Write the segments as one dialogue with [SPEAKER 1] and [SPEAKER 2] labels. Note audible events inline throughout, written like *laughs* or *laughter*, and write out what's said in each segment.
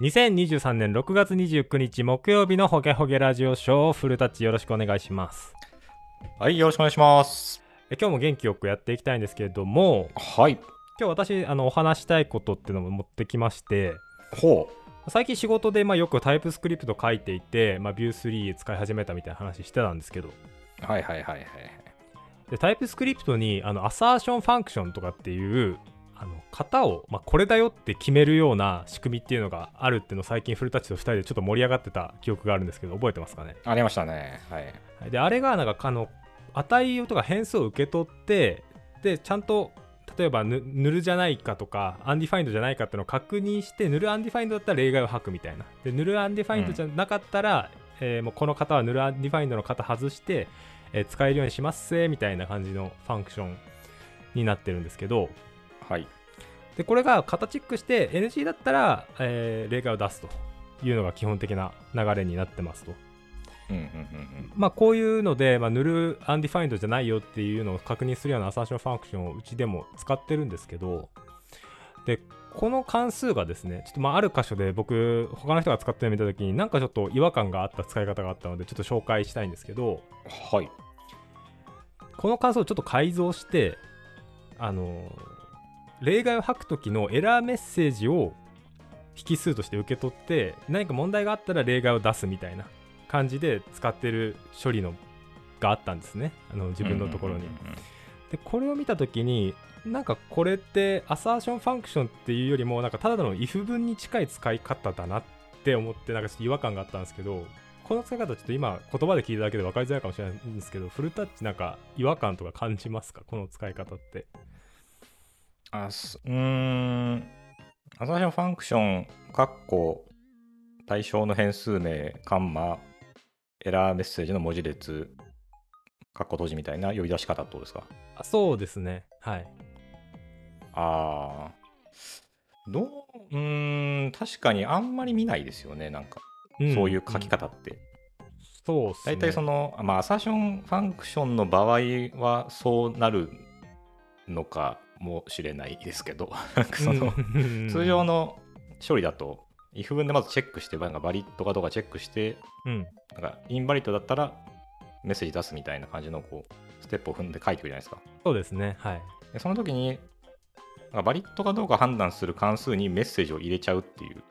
[SPEAKER 1] 2023年6月29日木曜日のホゲホゲラジオショーフルタッチよろしくお願いします
[SPEAKER 2] はい、よろしくお願いします。
[SPEAKER 1] え今日も元気よくやっていきたいんですけれども
[SPEAKER 2] はい。
[SPEAKER 1] 今日私あのお話したいことっていうのも持ってきまして
[SPEAKER 2] ほ
[SPEAKER 1] 最近仕事でまあよくタイプスクリプト書いていて、まあ、Vue3 使い始めたみたいな話してたんですけど
[SPEAKER 2] う。はいはいはいはい。
[SPEAKER 1] でタイプスクリプトにあのアサーションファンクションとかっていうあの型を、まあ、これだよって決めるような仕組みっていうのがあるっていうのを最近フルタッチと2人でちょっと盛り上がってた記憶があるんですけど覚えてますかね
[SPEAKER 2] ありましたね。はい。
[SPEAKER 1] はいであれがなんかあの値とか変数を受け取ってでちゃんと例えばぬヌルじゃないかとかアンディファインドじゃないかっていうのを確認してヌルアンディファインドだったら例外を吐くみたいなでヌルアンディファインドじゃなかったら、えーもうこの方はヌルアンディファインドの型外して、えー使えるようにしますせーみたいな感じのファンクションになってるんですけど
[SPEAKER 2] はい。
[SPEAKER 1] でこれが型チェックして NG だったら、えー例外を出すというのが基本的な流れになってますと。
[SPEAKER 2] うんうんうん
[SPEAKER 1] まあ、こういうので、まあ、ヌルアンディファインドじゃないよっていうのを確認するようなアサーションファンクションをうちでも使ってるんですけどでこの関数がですねちょっとまあある箇所で僕他の人が使ってるの見た時になんかちょっと違和感があった使い方があったのでちょっと紹介したいんですけど
[SPEAKER 2] うん。はい。
[SPEAKER 1] この関数をちょっと改造してあの例外を吐く時のエラーメッセージを引数として受け取って何か問題があったら例外を出すみたいな感じで使ってる処理のがあったんですねあの自分のところに。
[SPEAKER 2] うんうんうん
[SPEAKER 1] でこれを見た時になんかこれってアサーションファンクションっていうよりもなんかただの if 文に近い使い方だなって思ってなんかちょっと違和感があったんですけどこの使い方ちょっと今言葉で聞いただけで分かりづらいかもしれないんですけどフルタッチなんか違和感とか感じますかこの使い方って
[SPEAKER 2] あすうーん。アサションファンクション、括弧対象の変数名、カンマ、エラーメッセージの文字列、括弧閉じみたいな呼び出し方ってことですか
[SPEAKER 1] あそうですねはい
[SPEAKER 2] ああ。どう、うーん、確かにあんまり見ないですよね、なんか。
[SPEAKER 1] ん
[SPEAKER 2] そういう書き方って。
[SPEAKER 1] そうっすね
[SPEAKER 2] 大体その、まあ、アサーションファンクションの場合はそうなるのかもしれないですけどなんかその
[SPEAKER 1] うん
[SPEAKER 2] 通常の処理だと if 文でまずチェックしてなんかバリッドかどうかチェックして
[SPEAKER 1] うん
[SPEAKER 2] なんかインバリッドだったらメッセージ出すみたいな感じのこうステップを踏んで書いてくるじゃないですか
[SPEAKER 1] そうですねはい
[SPEAKER 2] でその時になんかバリッドかどうか判断する関数にメッセージを入れちゃうっていう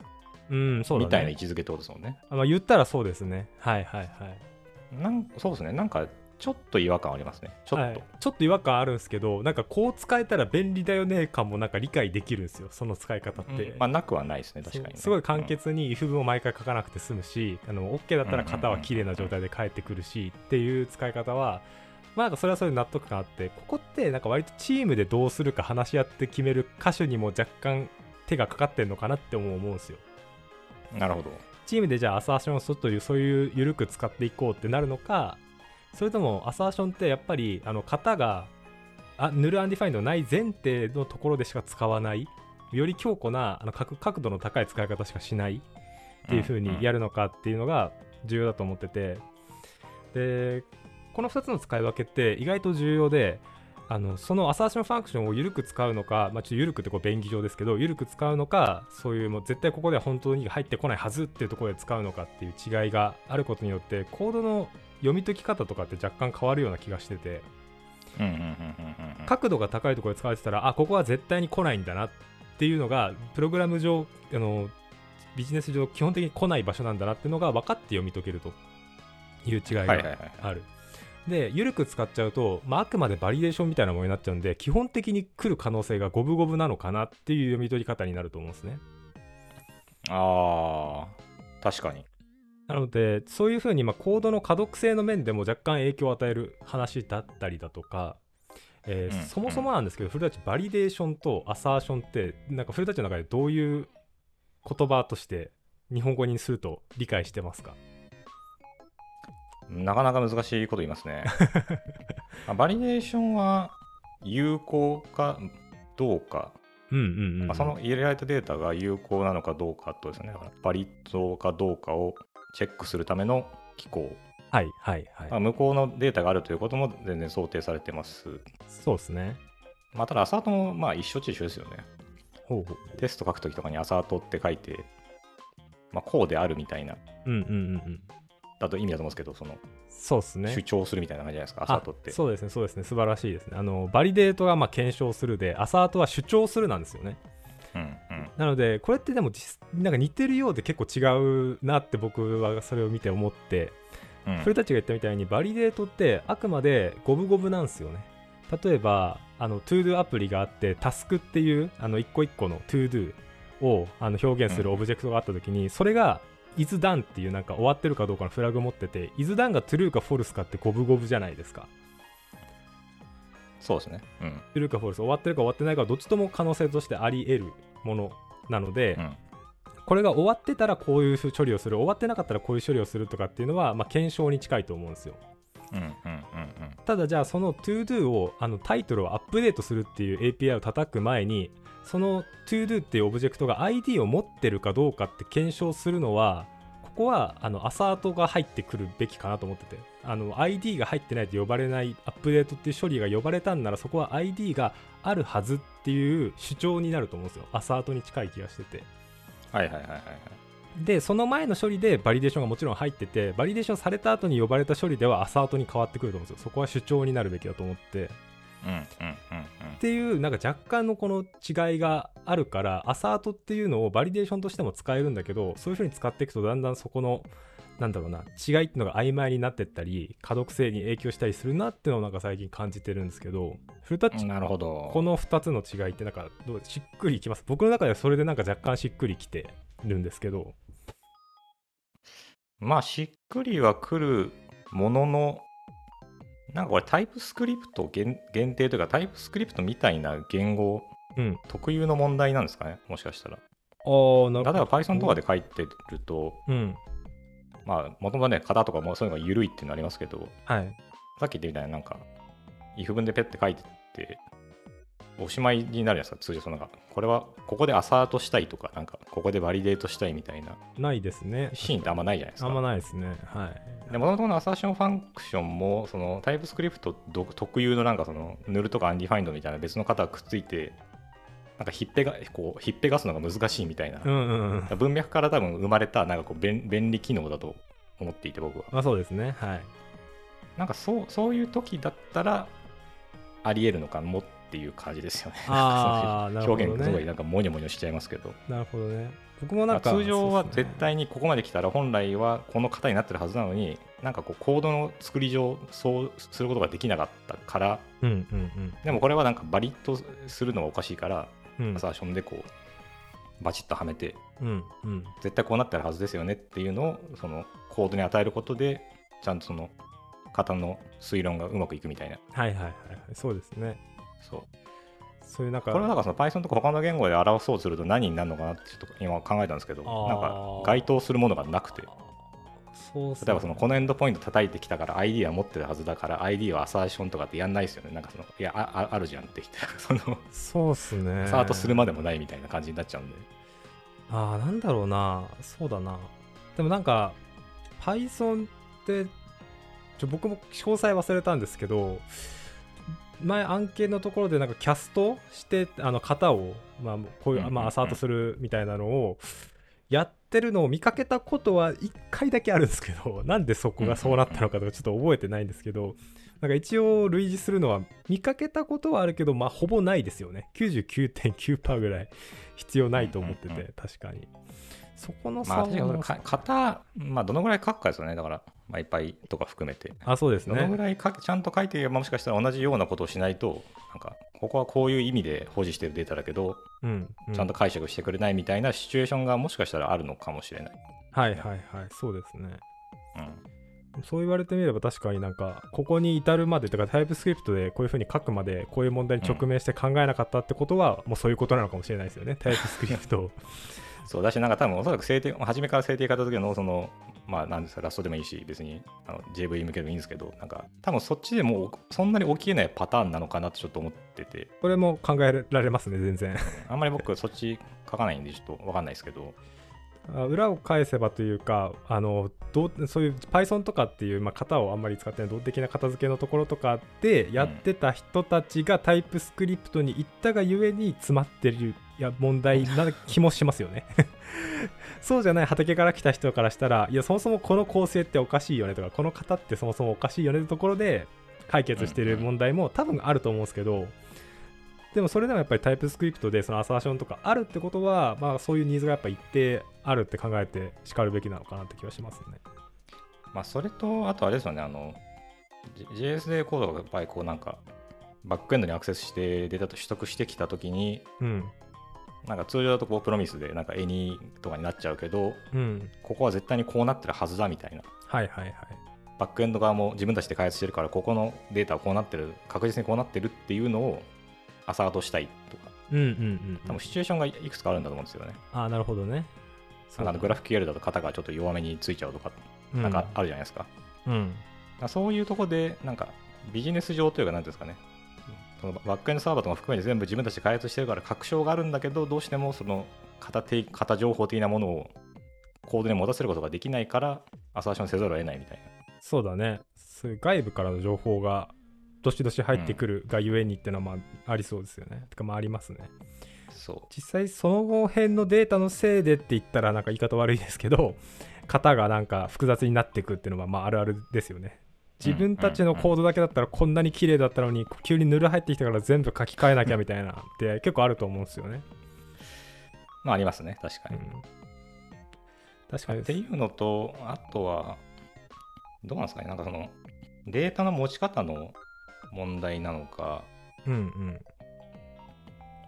[SPEAKER 1] うんそうだ、ね、
[SPEAKER 2] みたいな位置づけってことですもんね
[SPEAKER 1] あまあ、言ったらそうですねはいはいはい
[SPEAKER 2] なんそうですねなんかちょっと違和感ありますねちょっと、
[SPEAKER 1] はいちょっと違和感あるんですけどなんかこう使えたら便利だよね感もなんか理解できるんですよその使い方って、
[SPEAKER 2] まあ、なくはないですね、確
[SPEAKER 1] そ
[SPEAKER 2] か
[SPEAKER 1] う
[SPEAKER 2] にね、
[SPEAKER 1] すごい簡潔に if 文を毎回書かなくて済むし、あの OK だったら型は綺麗な状態で返ってくるしっていう使い方は、まあ、なんかそれはそれで納得感あってここってなんか割とチームでどうするか話し合って決める箇所にも若干手がかかってんのかなって思うんですよ。
[SPEAKER 2] うんなるほど。
[SPEAKER 1] チームでじゃあアサーションをするというそういう緩く使っていこうってなるのかそれともアサーションってやっぱりあの型があヌルアンディファインドない前提のところでしか使わないより強固なあの角角度の高い使い方しかしないっていう風にやる
[SPEAKER 2] る。
[SPEAKER 1] のかっていうのが重要だと思っててでこの2つの使い分けって意外と重要であのそのアサーションファンクションを緩く使うのか、まあ、ちょっと緩くってこう便宜上ですけど緩く使うのかそういうもう絶対ここでは本当に入ってこないはずっていうところで使うのかっていう違いがあることによってコードの読み解き方とかって若干変わるような気がしてて
[SPEAKER 2] うんうんうんうんうん
[SPEAKER 1] 角度が高いところで使われてたらあここは絶対に来ないんだなっていうのがプログラム上あのビジネス上基本的に来ない場所なんだなっていうのが分かって読み解けるという違い
[SPEAKER 2] はいはいは
[SPEAKER 1] が
[SPEAKER 2] いはい。
[SPEAKER 1] ある。で緩く使っちゃうと、まあ、あくまでバリデーションみたいなものになっちゃうんで基本的に来る可能性が五分五分なのかなっていう読み取り方になると思うんですね。
[SPEAKER 2] ああ、確かに。
[SPEAKER 1] なのでそういうふうにまあコードの可読性の面でも若干影響を与える話だったりだとか、えー
[SPEAKER 2] うん
[SPEAKER 1] そもそもなんですけど、フルタッチバリデーションとアサーションってなんかフルタッチの中でどういう言葉として日本語にすると理解してますか
[SPEAKER 2] なかなか難しいこと言いま
[SPEAKER 1] *laughs*
[SPEAKER 2] すね。あバリデーションは有効かどうか、
[SPEAKER 1] うんうんうん、
[SPEAKER 2] まあ、その入れられたデータが有効なのかどうかってことですね。だからバリッドかどうかをチェックするための機構。
[SPEAKER 1] はいはいはい、
[SPEAKER 2] まあ、向こうのデータがあるということも全然想定されてます。
[SPEAKER 1] そうですね
[SPEAKER 2] まあ、ただ、アサートもまあ一緒っちゃ一緒ですよね。
[SPEAKER 1] ほうほう
[SPEAKER 2] テスト書くときとかにアサートって書いて、まあ、こうであるみたいな、
[SPEAKER 1] うんうんうんうん
[SPEAKER 2] だと意味だと思うんですけど、その
[SPEAKER 1] そうですね
[SPEAKER 2] 主張するみたいな感じじゃないですか、アサートって。
[SPEAKER 1] あそうですねそうですね素晴らしいですねあのバリデートがまあ検証するでアサートは主張するなんですよね
[SPEAKER 2] うんうん
[SPEAKER 1] なのでこれってでも実なんか似てるようで結構違うなって僕はそれを見て思って
[SPEAKER 2] うん
[SPEAKER 1] それたちが言ったみたいにバリデートってあくまで五分五分なんですよね例えばあの ToDo アプリがあってタスクっていうあの一個一個の ToDo をあの表現するオブジェクトがあった時に、それが is done っていうなんか終わってるかどうかのフラグを持ってて is done が true か false かって五分五分じゃないですか
[SPEAKER 2] そうですね。うん
[SPEAKER 1] true か false 終わってるか終わってないかどっちとも可能性としてあり得るものなので、
[SPEAKER 2] うん
[SPEAKER 1] これが終わってたらこういう処理をする終わってなかったらこういう処理をするとかっていうのは、まあ、検証に近いと思うんですよ
[SPEAKER 2] うんうんうん
[SPEAKER 1] ただじゃあその ToDo をあのタイトルをアップデートするっていう API を叩く前にその ToDo っていうオブジェクトが ID を持ってるかどうかって検証するのはここはあのアサートが入ってくるべきかなと思っててあの ID が入ってないと呼ばれないアップデートっていう処理が呼ばれたんならそこは ID があるはずっていう主張になると思うんですよアサートに近い気がしてて
[SPEAKER 2] はいはいはいはいはい。
[SPEAKER 1] でその前の処理でバリデーションがもちろん入っててバリデーションされた後に呼ばれた処理ではアサートに変わってくると思うんですよそこは主張になるべきだと思って
[SPEAKER 2] うんうんうんうん
[SPEAKER 1] っていうなんか若干のこの違いがあるからアサートっていうのをバリデーションとしても使えるんだけどそういう風に使っていくとだんだんそこのなんだろうな違いっていうのが曖昧になってったり可読性に影響したりするなっていうのをなんか最近感じてるんですけどフルタッチ
[SPEAKER 2] なるほど。
[SPEAKER 1] この2つの違いってなんかどうしっくりきます僕の中ではそれでなんか若干しっくりきてるんですけど
[SPEAKER 2] まあ、しっくりはくるものの、なんかこれタイプスクリプト限限定というか、タイプスクリプトみたいな言語
[SPEAKER 1] うん
[SPEAKER 2] 特有の問題なんですかね、もしかしたら。
[SPEAKER 1] ああな
[SPEAKER 2] 例えば Python とかで書いてると、
[SPEAKER 1] うん
[SPEAKER 2] まあ、もともとね、型とかもそういうのが緩いっていうのありますけど、
[SPEAKER 1] はい
[SPEAKER 2] さっき言ったみたいな、なんか、if 文でペッて書いてって、おしまいになるやつが通常そのなんか、これは、ここでアサートしたいとか、なんか、ここでバリデートしたいみたいな
[SPEAKER 1] ないですね
[SPEAKER 2] シーンってあんまないじゃないです
[SPEAKER 1] あ
[SPEAKER 2] か。
[SPEAKER 1] んまないですねはい
[SPEAKER 2] でもともとのアサーションファンクションもそのタイプスクリプト独特有のなんかそのヌルとかアンディファインドみたいな別の型がくっついてなんかひっぺがこうひっぺがすのが難しいみたいな、
[SPEAKER 1] うんうんうん
[SPEAKER 2] 文脈から多分生まれたなんかこう便便利機能だと思っていて僕は
[SPEAKER 1] まあそうですねはい
[SPEAKER 2] なんかそうそういう時だったらありえるのかもっていう感じですよね
[SPEAKER 1] あ *laughs* ー
[SPEAKER 2] なんか *laughs* そういう
[SPEAKER 1] なるほどね
[SPEAKER 2] 表現すごいなんかモニョモニョしちゃいますけど
[SPEAKER 1] なるほどね。僕もなんか
[SPEAKER 2] 通常は
[SPEAKER 1] そうっすね
[SPEAKER 2] 絶対にここまで来たら本来はこの型になってるはずなのになんかこうコードの作り上そうすることができなかったから
[SPEAKER 1] うんうん
[SPEAKER 2] でもこれはなんかバリッとするのはおかしいから
[SPEAKER 1] うんうん
[SPEAKER 2] アサーションでこうバチッとはめて
[SPEAKER 1] うんうん
[SPEAKER 2] 絶対こうなってるはずですよねっていうのをそのコードに与えることでちゃんとその型の推論がうまくいくみたいな
[SPEAKER 1] はいはいはいはいそうですね。
[SPEAKER 2] そう
[SPEAKER 1] そういうなん
[SPEAKER 2] こ
[SPEAKER 1] か
[SPEAKER 2] れはなんかその Python とか他の言語で表そうとすると何になるのかなってちょっと今考えたんですけど
[SPEAKER 1] あー
[SPEAKER 2] なんか該当するものがなくて
[SPEAKER 1] そうっすね
[SPEAKER 2] 例えばそのこのエンドポイント叩いてきたから ID は持ってるはずだから ID はアサーションとかってやんないですよねなんかそのいやあああるじゃんって言 *laughs* ってその
[SPEAKER 1] そうっすね。
[SPEAKER 2] アサートするまでもないみたいな感じになっちゃうんで、
[SPEAKER 1] ああなんだろうなそうだな。でもなんか Python ってちょ僕も詳細忘れたんですけど前案件のところでなんかキャストしてあの型を、まあ、こうい
[SPEAKER 2] うんうんう
[SPEAKER 1] う、
[SPEAKER 2] ん
[SPEAKER 1] まあ、アサートするみたいなのをやってるのを見かけたことは1回だけあるんですけどなんでそこがそうなったのかとかちょっと覚えてないんですけどなんか一応類似するのは見かけたことはあるけどまあほぼないですよね99.9%ぐらい *laughs* 必要ないと思って
[SPEAKER 2] うんうんう
[SPEAKER 1] て確かにそこの
[SPEAKER 2] ま
[SPEAKER 1] 差
[SPEAKER 2] あ確かに
[SPEAKER 1] は
[SPEAKER 2] か型、まあ、どのぐらい書くかですよねだから、まあ、いっぱいとか含めて
[SPEAKER 1] あそうです
[SPEAKER 2] どのぐ
[SPEAKER 1] ね
[SPEAKER 2] らい書けちゃんと書いていればもしかしたら同じようなことをしないとなんかここはこういう意味で保持してるデータだけど
[SPEAKER 1] うんう
[SPEAKER 2] ちゃんと解釈してくれないみたいなシチュエーションがもしかしたらあるのかもしれない、
[SPEAKER 1] はいはいはいそうですね
[SPEAKER 2] うん、
[SPEAKER 1] そう言われてみれば確かになんかここに至るまでとかタイプスクリプトでこういう風に書くまでこういう問題に直面して考えなかったってことはもうそういうことなのかもしれないですよねタイプスクリプ
[SPEAKER 2] *laughs*
[SPEAKER 1] トを
[SPEAKER 2] そうだし、なんか多分おそらく制定、初めから制定型の時の、その、まあ、なんですか、ラストでもいいし、別にあの JV 向けでもいいんですけど、なんか、多分そっちでもうそんなに起きえないパターンなのかなってちょっと思ってて、
[SPEAKER 1] これも考えられますね全然
[SPEAKER 2] あんまり僕、そっち書かないんで、ちょっとわかんないですけど、
[SPEAKER 1] あ裏を返せばというかあのどうそういう Python とかっていう、まあ、型をあんまり使ってない動的な片付けのところとかでやってた人たちがタイプスクリプトに行ったがゆえに詰まってるや問題な気もしますよねそうじゃない畑から来た人からしたらいやそもそもこの構成っておかしいよねとかこの型ってそもそもおかしいよねってところで解決してる問題も多分あると思うんですけど、でもそれでもやっぱりタイプスクリプトでそのアサーションとかあるってことは、まあ、そういうニーズがやっぱ一定あるって考えてしかるべきなのかなって気はしますね。
[SPEAKER 2] まあ、それと、あとあれですよね、あの、J- JS でコードがやっぱりこうなんか、バックエンドにアクセスしてデータと取得してきたときに、
[SPEAKER 1] うん。
[SPEAKER 2] なんか通常だとこうプロミスでなんか any とかになっちゃうけど、
[SPEAKER 1] うん。
[SPEAKER 2] ここは絶対にこうなってるはずだみたいな。
[SPEAKER 1] はいはいはい。
[SPEAKER 2] バックエンド側も自分たちで開発してるから、ここのデータはこうなってる、確実にこうなってるっていうのをアサートしたいとか、
[SPEAKER 1] うんうんうん、
[SPEAKER 2] 多分シチュエーションがいくつかあるんだと思うんですよね。
[SPEAKER 1] ああ、なるほどね。
[SPEAKER 2] なんかあのグラフ QL だと型がちょっと弱めについちゃうとか、
[SPEAKER 1] フ
[SPEAKER 2] なんかあるじゃないですか。
[SPEAKER 1] うん。
[SPEAKER 2] だからそういうとこで、なんかビジネス上というか、なんていうんですかね、そのバックエンドサーバーとか含めて全部自分たちで開発してるから、確証があるんだけど、どうしてもその型て型情報的なものをコードに持たせることができないから、アサーションせざるを得ないみたい
[SPEAKER 1] そうだね。そういう外部からの情報がどしどし入ってくるがゆえにってのはまあありそうですよね。てかまあありますね。
[SPEAKER 2] な。そ
[SPEAKER 1] 実際その辺のデータのせいでって言ったらなんか言い方悪いですけど型がなんか複雑になっていくっていうのはまああるあるですよね自分たちのコードだけだったらこんなに綺麗だったのに急にぬる入ってきたから全部書き換えなきゃみたいなって結構あると思うんですよね、
[SPEAKER 2] う。まあありますね、確か
[SPEAKER 1] う
[SPEAKER 2] に。
[SPEAKER 1] ん、確かに
[SPEAKER 2] っていうのと、あとは、どうなんですかね、なんかその、データの持ち方の問題なのか、
[SPEAKER 1] うんうん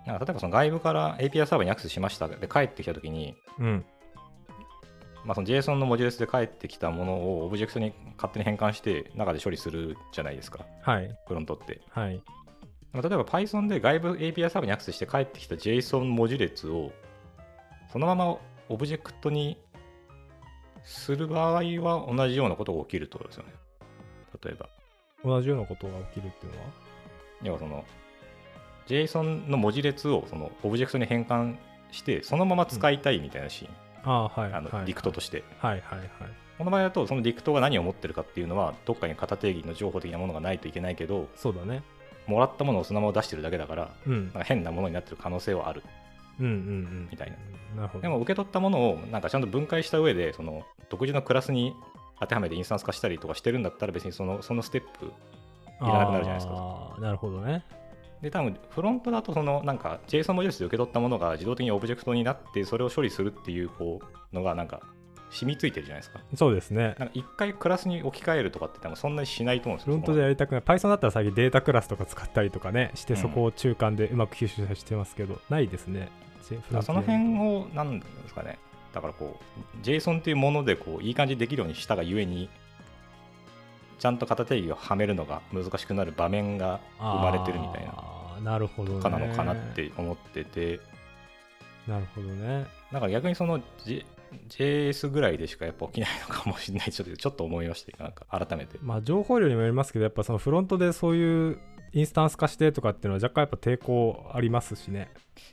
[SPEAKER 2] なんか例えばその外部から API サーバーにアクセスしましたで帰ってきたときに、
[SPEAKER 1] うん
[SPEAKER 2] まあ、その JSON のモジュレスで返ってきたものをオブジェクトに勝手に変換して中で処理するじゃないですか、
[SPEAKER 1] はい
[SPEAKER 2] フロントって。
[SPEAKER 1] はい
[SPEAKER 2] まあ、例えば Python で外部 API サーバーにアクセスして返ってきた JSON 文字列をそのままオブジェクトにする場合は同じようなことが起きるってことですよね。例えば、
[SPEAKER 1] 同じようなことが起きるっていうのは
[SPEAKER 2] 要はその JSON の文字列をそのオブジェクトに変換してそのまま使いたいみたいなシーン、
[SPEAKER 1] ああはい
[SPEAKER 2] あの
[SPEAKER 1] はい
[SPEAKER 2] ディクトとして。
[SPEAKER 1] はいはいはい
[SPEAKER 2] この場合だと、そのディクトが何を持ってるかっていうのは、どっかに型定義の情報的なものがないといけないけど、
[SPEAKER 1] そうだね
[SPEAKER 2] もらったものをそのまま出してるだけだから、
[SPEAKER 1] うん
[SPEAKER 2] なんか変なものになってる可能性はある。
[SPEAKER 1] うんうんうん
[SPEAKER 2] みたいな
[SPEAKER 1] なるほど
[SPEAKER 2] でも受け取ったものを、なんかちゃんと分解した上で、その独自のクラスに当てはめてインスタンス化したりとかしてるんだったら、別にそのそのステップ。いらなくなるじゃないですか
[SPEAKER 1] ああなるほどね
[SPEAKER 2] で、多分フロントだと、そのなんか JSON 文字列で受け取ったものが自動的にオブジェクトになって、それを処理するっていうこうのが、なんか染みついてるじゃないですか。
[SPEAKER 1] そうですね
[SPEAKER 2] なんか一回クラスに置き換えるとかって多分そんなにしないと思うんです
[SPEAKER 1] フ
[SPEAKER 2] よ。
[SPEAKER 1] ロントでやりたくない Python だったら最近データクラスとか使ったりとかねして
[SPEAKER 2] うん
[SPEAKER 1] そこを中間でうまく吸収してますけど、ないですねジェフロント
[SPEAKER 2] その辺を、なんですかね、だからこう、JSON っていうものでこういい感じにできるようにしたがゆえに、ちゃんと型定義をはめるのが難しくなる場面が生まれてるみたいな、
[SPEAKER 1] あーなるほどね
[SPEAKER 2] かなのかなって思ってて、
[SPEAKER 1] なるほどね
[SPEAKER 2] だから逆にその、J、JS ぐらいでしかやっぱ起きないのかもしれない、ちょっとちょっと思いました、なんか改めて。
[SPEAKER 1] まあ情報量にもよりますけどやっぱそのフロントでそういうインスタンス化してとかっていうのは若干やっぱ抵抗ありますしね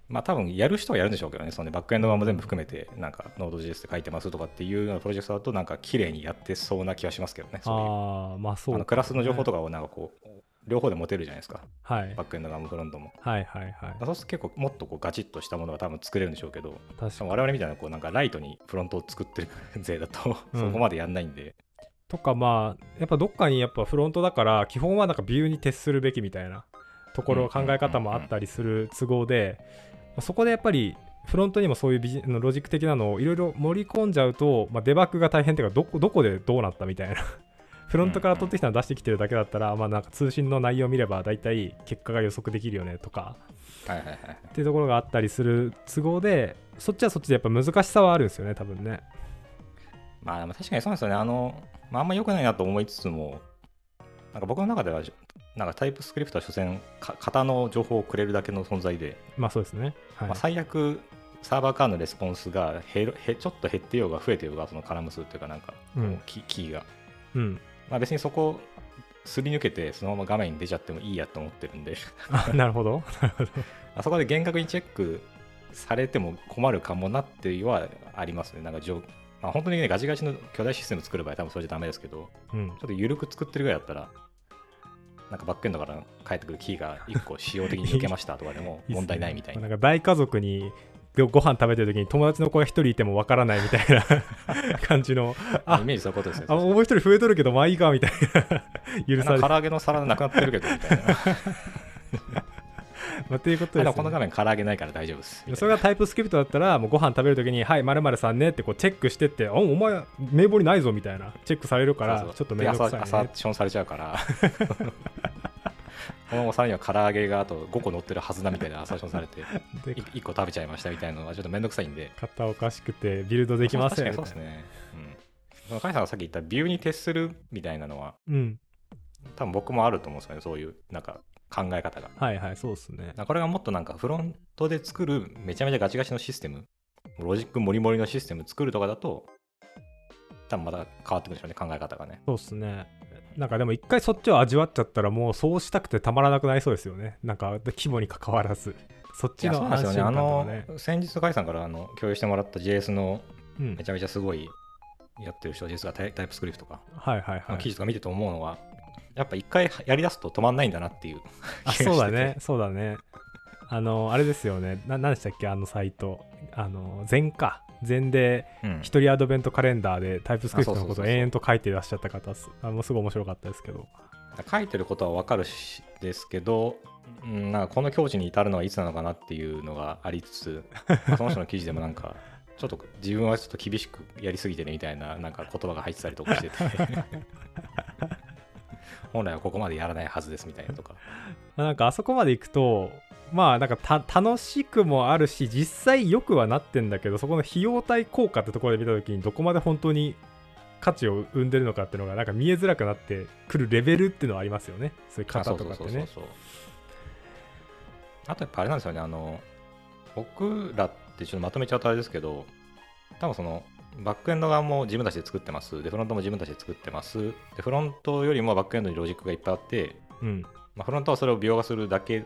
[SPEAKER 2] まあ多分やる人はやるんでしょうけどね、そのねバックエンド側も全部含めて、なんか Node.js で書いてますとかっていうようなプロジェクトだと、なんか綺麗にやってそうな気がしますけどね、そういう。
[SPEAKER 1] ああまあそう
[SPEAKER 2] あのクラスの情報と
[SPEAKER 1] か
[SPEAKER 2] かをなんかこう、両方で持てるじゃないですか、
[SPEAKER 1] もね、はい、
[SPEAKER 2] バックエンド側もフロントも。
[SPEAKER 1] はいはいはい
[SPEAKER 2] そうすると結構もっとこうガチッとしたものが多分作れるんでしょうけど、
[SPEAKER 1] 確か
[SPEAKER 2] しか
[SPEAKER 1] に
[SPEAKER 2] も我々みたいなこうなんかライトにフロントを作ってる *laughs* 勢だと、
[SPEAKER 1] うん
[SPEAKER 2] そこまでやんないんで、
[SPEAKER 1] とかまあやっぱどっかにやっぱフロントだから基本はなんかビューに徹するべきみたいなところ考え方もあったりする都合でそこでやっぱりフロントにもそういうビジロジック的なのをいろいろ盛り込んじゃうと、まあ、デバッグが大変っていうかどこどこでどうなったみたいな *laughs* フロントから取ってきたの出してきてるだけだったら、まあなんか通信の内容を見れば大体結果が予測できるよねとか
[SPEAKER 2] はいはいはい。
[SPEAKER 1] っていうところがあったりする都合でそっちはそっちでやっぱ難しさはあるんですよね多分ね
[SPEAKER 2] まあでも確かにそうなんですよね、あの、まああんま良くないなと思いつつも、なんか僕の中では、なんかタイプスクリプトは所詮か型の情報をくれるだけの存在で、
[SPEAKER 1] まあそうですねはい、
[SPEAKER 2] まあ、最悪、サーバーからのレスポンスが減るへちょっと減ってようが増えてようが、その絡む数っていうか、なんかこう、
[SPEAKER 1] うん
[SPEAKER 2] キキーが。
[SPEAKER 1] うん
[SPEAKER 2] まあ、別にそこすり抜けてそのまま画面に出ちゃってもいいやと思ってるんで *laughs*
[SPEAKER 1] あなるほどなるほど
[SPEAKER 2] あそこで厳格にチェックされても困るかもなっていうのはありますねなんかじょ、まあ、本当にねガチガチの巨大システム作る場合多分それじゃダメですけど
[SPEAKER 1] うん
[SPEAKER 2] ちょっと緩く作ってるぐらいだったらなんかバックエンドから返ってくるキーが1個使用的に抜けましたと
[SPEAKER 1] *laughs*
[SPEAKER 2] かでも問題ないみたい
[SPEAKER 1] な
[SPEAKER 2] な。
[SPEAKER 1] んか大家族にごご飯食べてる時に友達の子が1人いてもわからないみたいな
[SPEAKER 2] *laughs*
[SPEAKER 1] 感じの
[SPEAKER 2] あ
[SPEAKER 1] あ
[SPEAKER 2] イメージそういうことですね。
[SPEAKER 1] あもう1人増えとるけどまあいいかみたいな許
[SPEAKER 2] なん
[SPEAKER 1] さ
[SPEAKER 2] か
[SPEAKER 1] れ
[SPEAKER 2] 唐揚げの皿なくなってるけど
[SPEAKER 1] *laughs*
[SPEAKER 2] みたいな。あ
[SPEAKER 1] まあ、っていうことで
[SPEAKER 2] で
[SPEAKER 1] す、
[SPEAKER 2] も
[SPEAKER 1] ね、
[SPEAKER 2] この画面唐揚げないから大丈夫です。みた
[SPEAKER 1] そ
[SPEAKER 2] い
[SPEAKER 1] れ
[SPEAKER 2] な
[SPEAKER 1] がタイプスクリプトだったらもうご飯食べるときに「はいまるさんね」ってこうチェックしてって「あお前名簿にないぞ」みたいなチェックされるから
[SPEAKER 2] そうそう
[SPEAKER 1] ちょっと面倒くさい
[SPEAKER 2] で朝ア
[SPEAKER 1] ね
[SPEAKER 2] サーションされちゃ
[SPEAKER 1] *laughs*
[SPEAKER 2] うから。このお皿には唐揚げがあと5個乗ってるはずだみたいなアサーションされて
[SPEAKER 1] で
[SPEAKER 2] い1個食べちゃいましたみたいなのはちょっとめんどくさいんで
[SPEAKER 1] 肩おかしくてビルドできません
[SPEAKER 2] 確かにそうですね。うん。その甲斐さんがさっき言ったビューに徹するみたいなのは、
[SPEAKER 1] うん
[SPEAKER 2] 多分僕もあると思うんですよね、そういうなんか考え方が。
[SPEAKER 1] はいはいそうですね
[SPEAKER 2] これがもっとなんかフロントで作るめちゃめちゃガチガチのシステム、ロジックモリモリのシステム作るとかだと、多分また変わってくるんでしょうね、考え方がね。
[SPEAKER 1] そうですねなんかでも一回そっちを味わっちゃったらもうそうしたくてたまらなくなりそうですよねなんか規模にかかわらずそっちの安心
[SPEAKER 2] あ
[SPEAKER 1] 感とか
[SPEAKER 2] の
[SPEAKER 1] ね、
[SPEAKER 2] 先日、甲斐さんからあの共有してもらった JS の
[SPEAKER 1] うん
[SPEAKER 2] めちゃめちゃすごいやってる人、JS がタイタイプスクリプトとか、
[SPEAKER 1] はいはいは
[SPEAKER 2] 記
[SPEAKER 1] い
[SPEAKER 2] 事とか見てて思うのは、やっぱ一回やりだすと止まんないんだなっていう
[SPEAKER 1] あ
[SPEAKER 2] 気がしてて
[SPEAKER 1] そうだねそうだねあのあれですよねな何でしたっけあのサイトあの禅か禅で
[SPEAKER 2] うん
[SPEAKER 1] 一人アドベントカレンダーでタイプスクリプトのことを
[SPEAKER 2] あそうそうそうそう
[SPEAKER 1] 延々と書いていらっしゃった方っすあもうすごい面白かったですけど
[SPEAKER 2] 書いてることはわかるしですけど、うん、なんかこの境地に至るのはいつなのかなっていうのが *laughs* ありつつまあその人の記事でもなんかちょっと自分はちょっと厳しくやりすぎてるみたいななんか言葉が入ってたりとか *laughs* してて本来はここまでやらないはずですみたいなとか
[SPEAKER 1] まあなんかあそこまで行くとまあなんかた楽しくもあるし実際よくはなってんだけどそこの費用対効果ってところで見た時にどこまで本当に価値を生んでるのかっていうのがなんか見えづらくなってくるレベルっていうのはありますよねそういう方とかって
[SPEAKER 2] あそうそうそう
[SPEAKER 1] ね
[SPEAKER 2] そうあとやっぱあれなんですよねあの僕らってちょっとまとめちゃうとあれですけど多分そのバックエンド側も自分たちで作ってますでフロントも自分たちで作ってますでフロントよりもバックエンドにロジックがいっぱいあって、
[SPEAKER 1] うん
[SPEAKER 2] まあ、フロントはそれを描画するだけ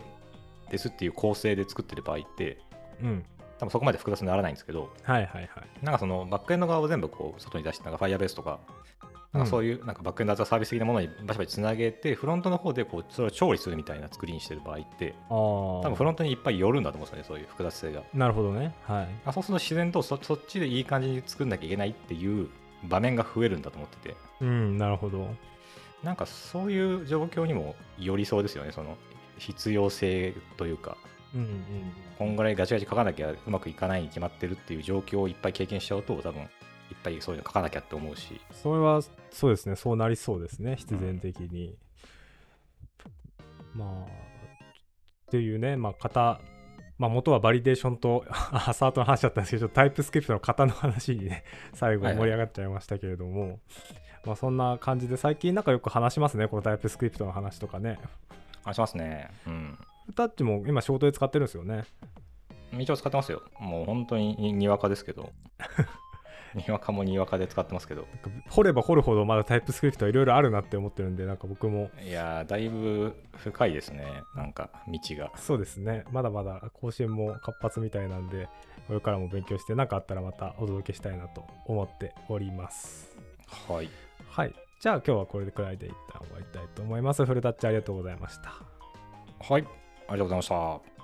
[SPEAKER 2] ですっていう構成で作ってる場合って
[SPEAKER 1] うん
[SPEAKER 2] 多分そこまで複雑にならないんですけど
[SPEAKER 1] はいはいはい
[SPEAKER 2] なんかそのバックエンド側を全部こう外に出してなんか Firebase とかなんかそういうなんかバックエンドアザーサービス的なものにバチバチつなげて、フロントの方でこうそれを調理するみたいな作りにしてる場合って、
[SPEAKER 1] あ多
[SPEAKER 2] 多分フロントにいっぱい寄るんだと思うんですよね、そういう複雑性が。
[SPEAKER 1] なるほどねはい
[SPEAKER 2] あそうすると自然とそそっちでいい感じに作んなきゃいけないっていう場面が増えるんだと思ってて、
[SPEAKER 1] うんなるほど
[SPEAKER 2] なんかそういう状況にも寄りそうですよね、その必要性というか、
[SPEAKER 1] うんうん
[SPEAKER 2] こんぐらいガチガチ書かなきゃうまくいかないに決まってるっていう状況をいっぱい経験しちゃうと、多分いっぱいそういうの書かなきゃって思うし、
[SPEAKER 1] それはそうですねそうなりそうですね必然的に、まあっていうねまあ型まあ元はバリデーションと *laughs* アサートの話だったんですけどちょっとタイプスクリプトの型の話にね最後
[SPEAKER 2] はいはい
[SPEAKER 1] 盛り上がっちゃいましたけれども、まあそんな感じで最近なんかよく話しますねこのタイプスクリプトの話とかね
[SPEAKER 2] あしますね。うん
[SPEAKER 1] タッチも今仕事で使ってるんですよね
[SPEAKER 2] 一応使ってますよ。もう本当にににわかですけ *laughs* ど。にわかもにわかで使ってますけど。
[SPEAKER 1] なんか掘れば掘るほどまだタイプスクリプトはいろいろあるなって思ってるんでなんか僕も
[SPEAKER 2] いやー、だいぶ深いですね。なんか、道が。
[SPEAKER 1] そうですね。まだまだ更新も活発みたいなんで、これからも勉強して何かあったらまたお届けしたいなと思っております。
[SPEAKER 2] はい。
[SPEAKER 1] はい。じゃあ今日はこれくらいで一旦終わりたいと思います。フルタッチありがとうございました。
[SPEAKER 2] はい。ありがとうございました。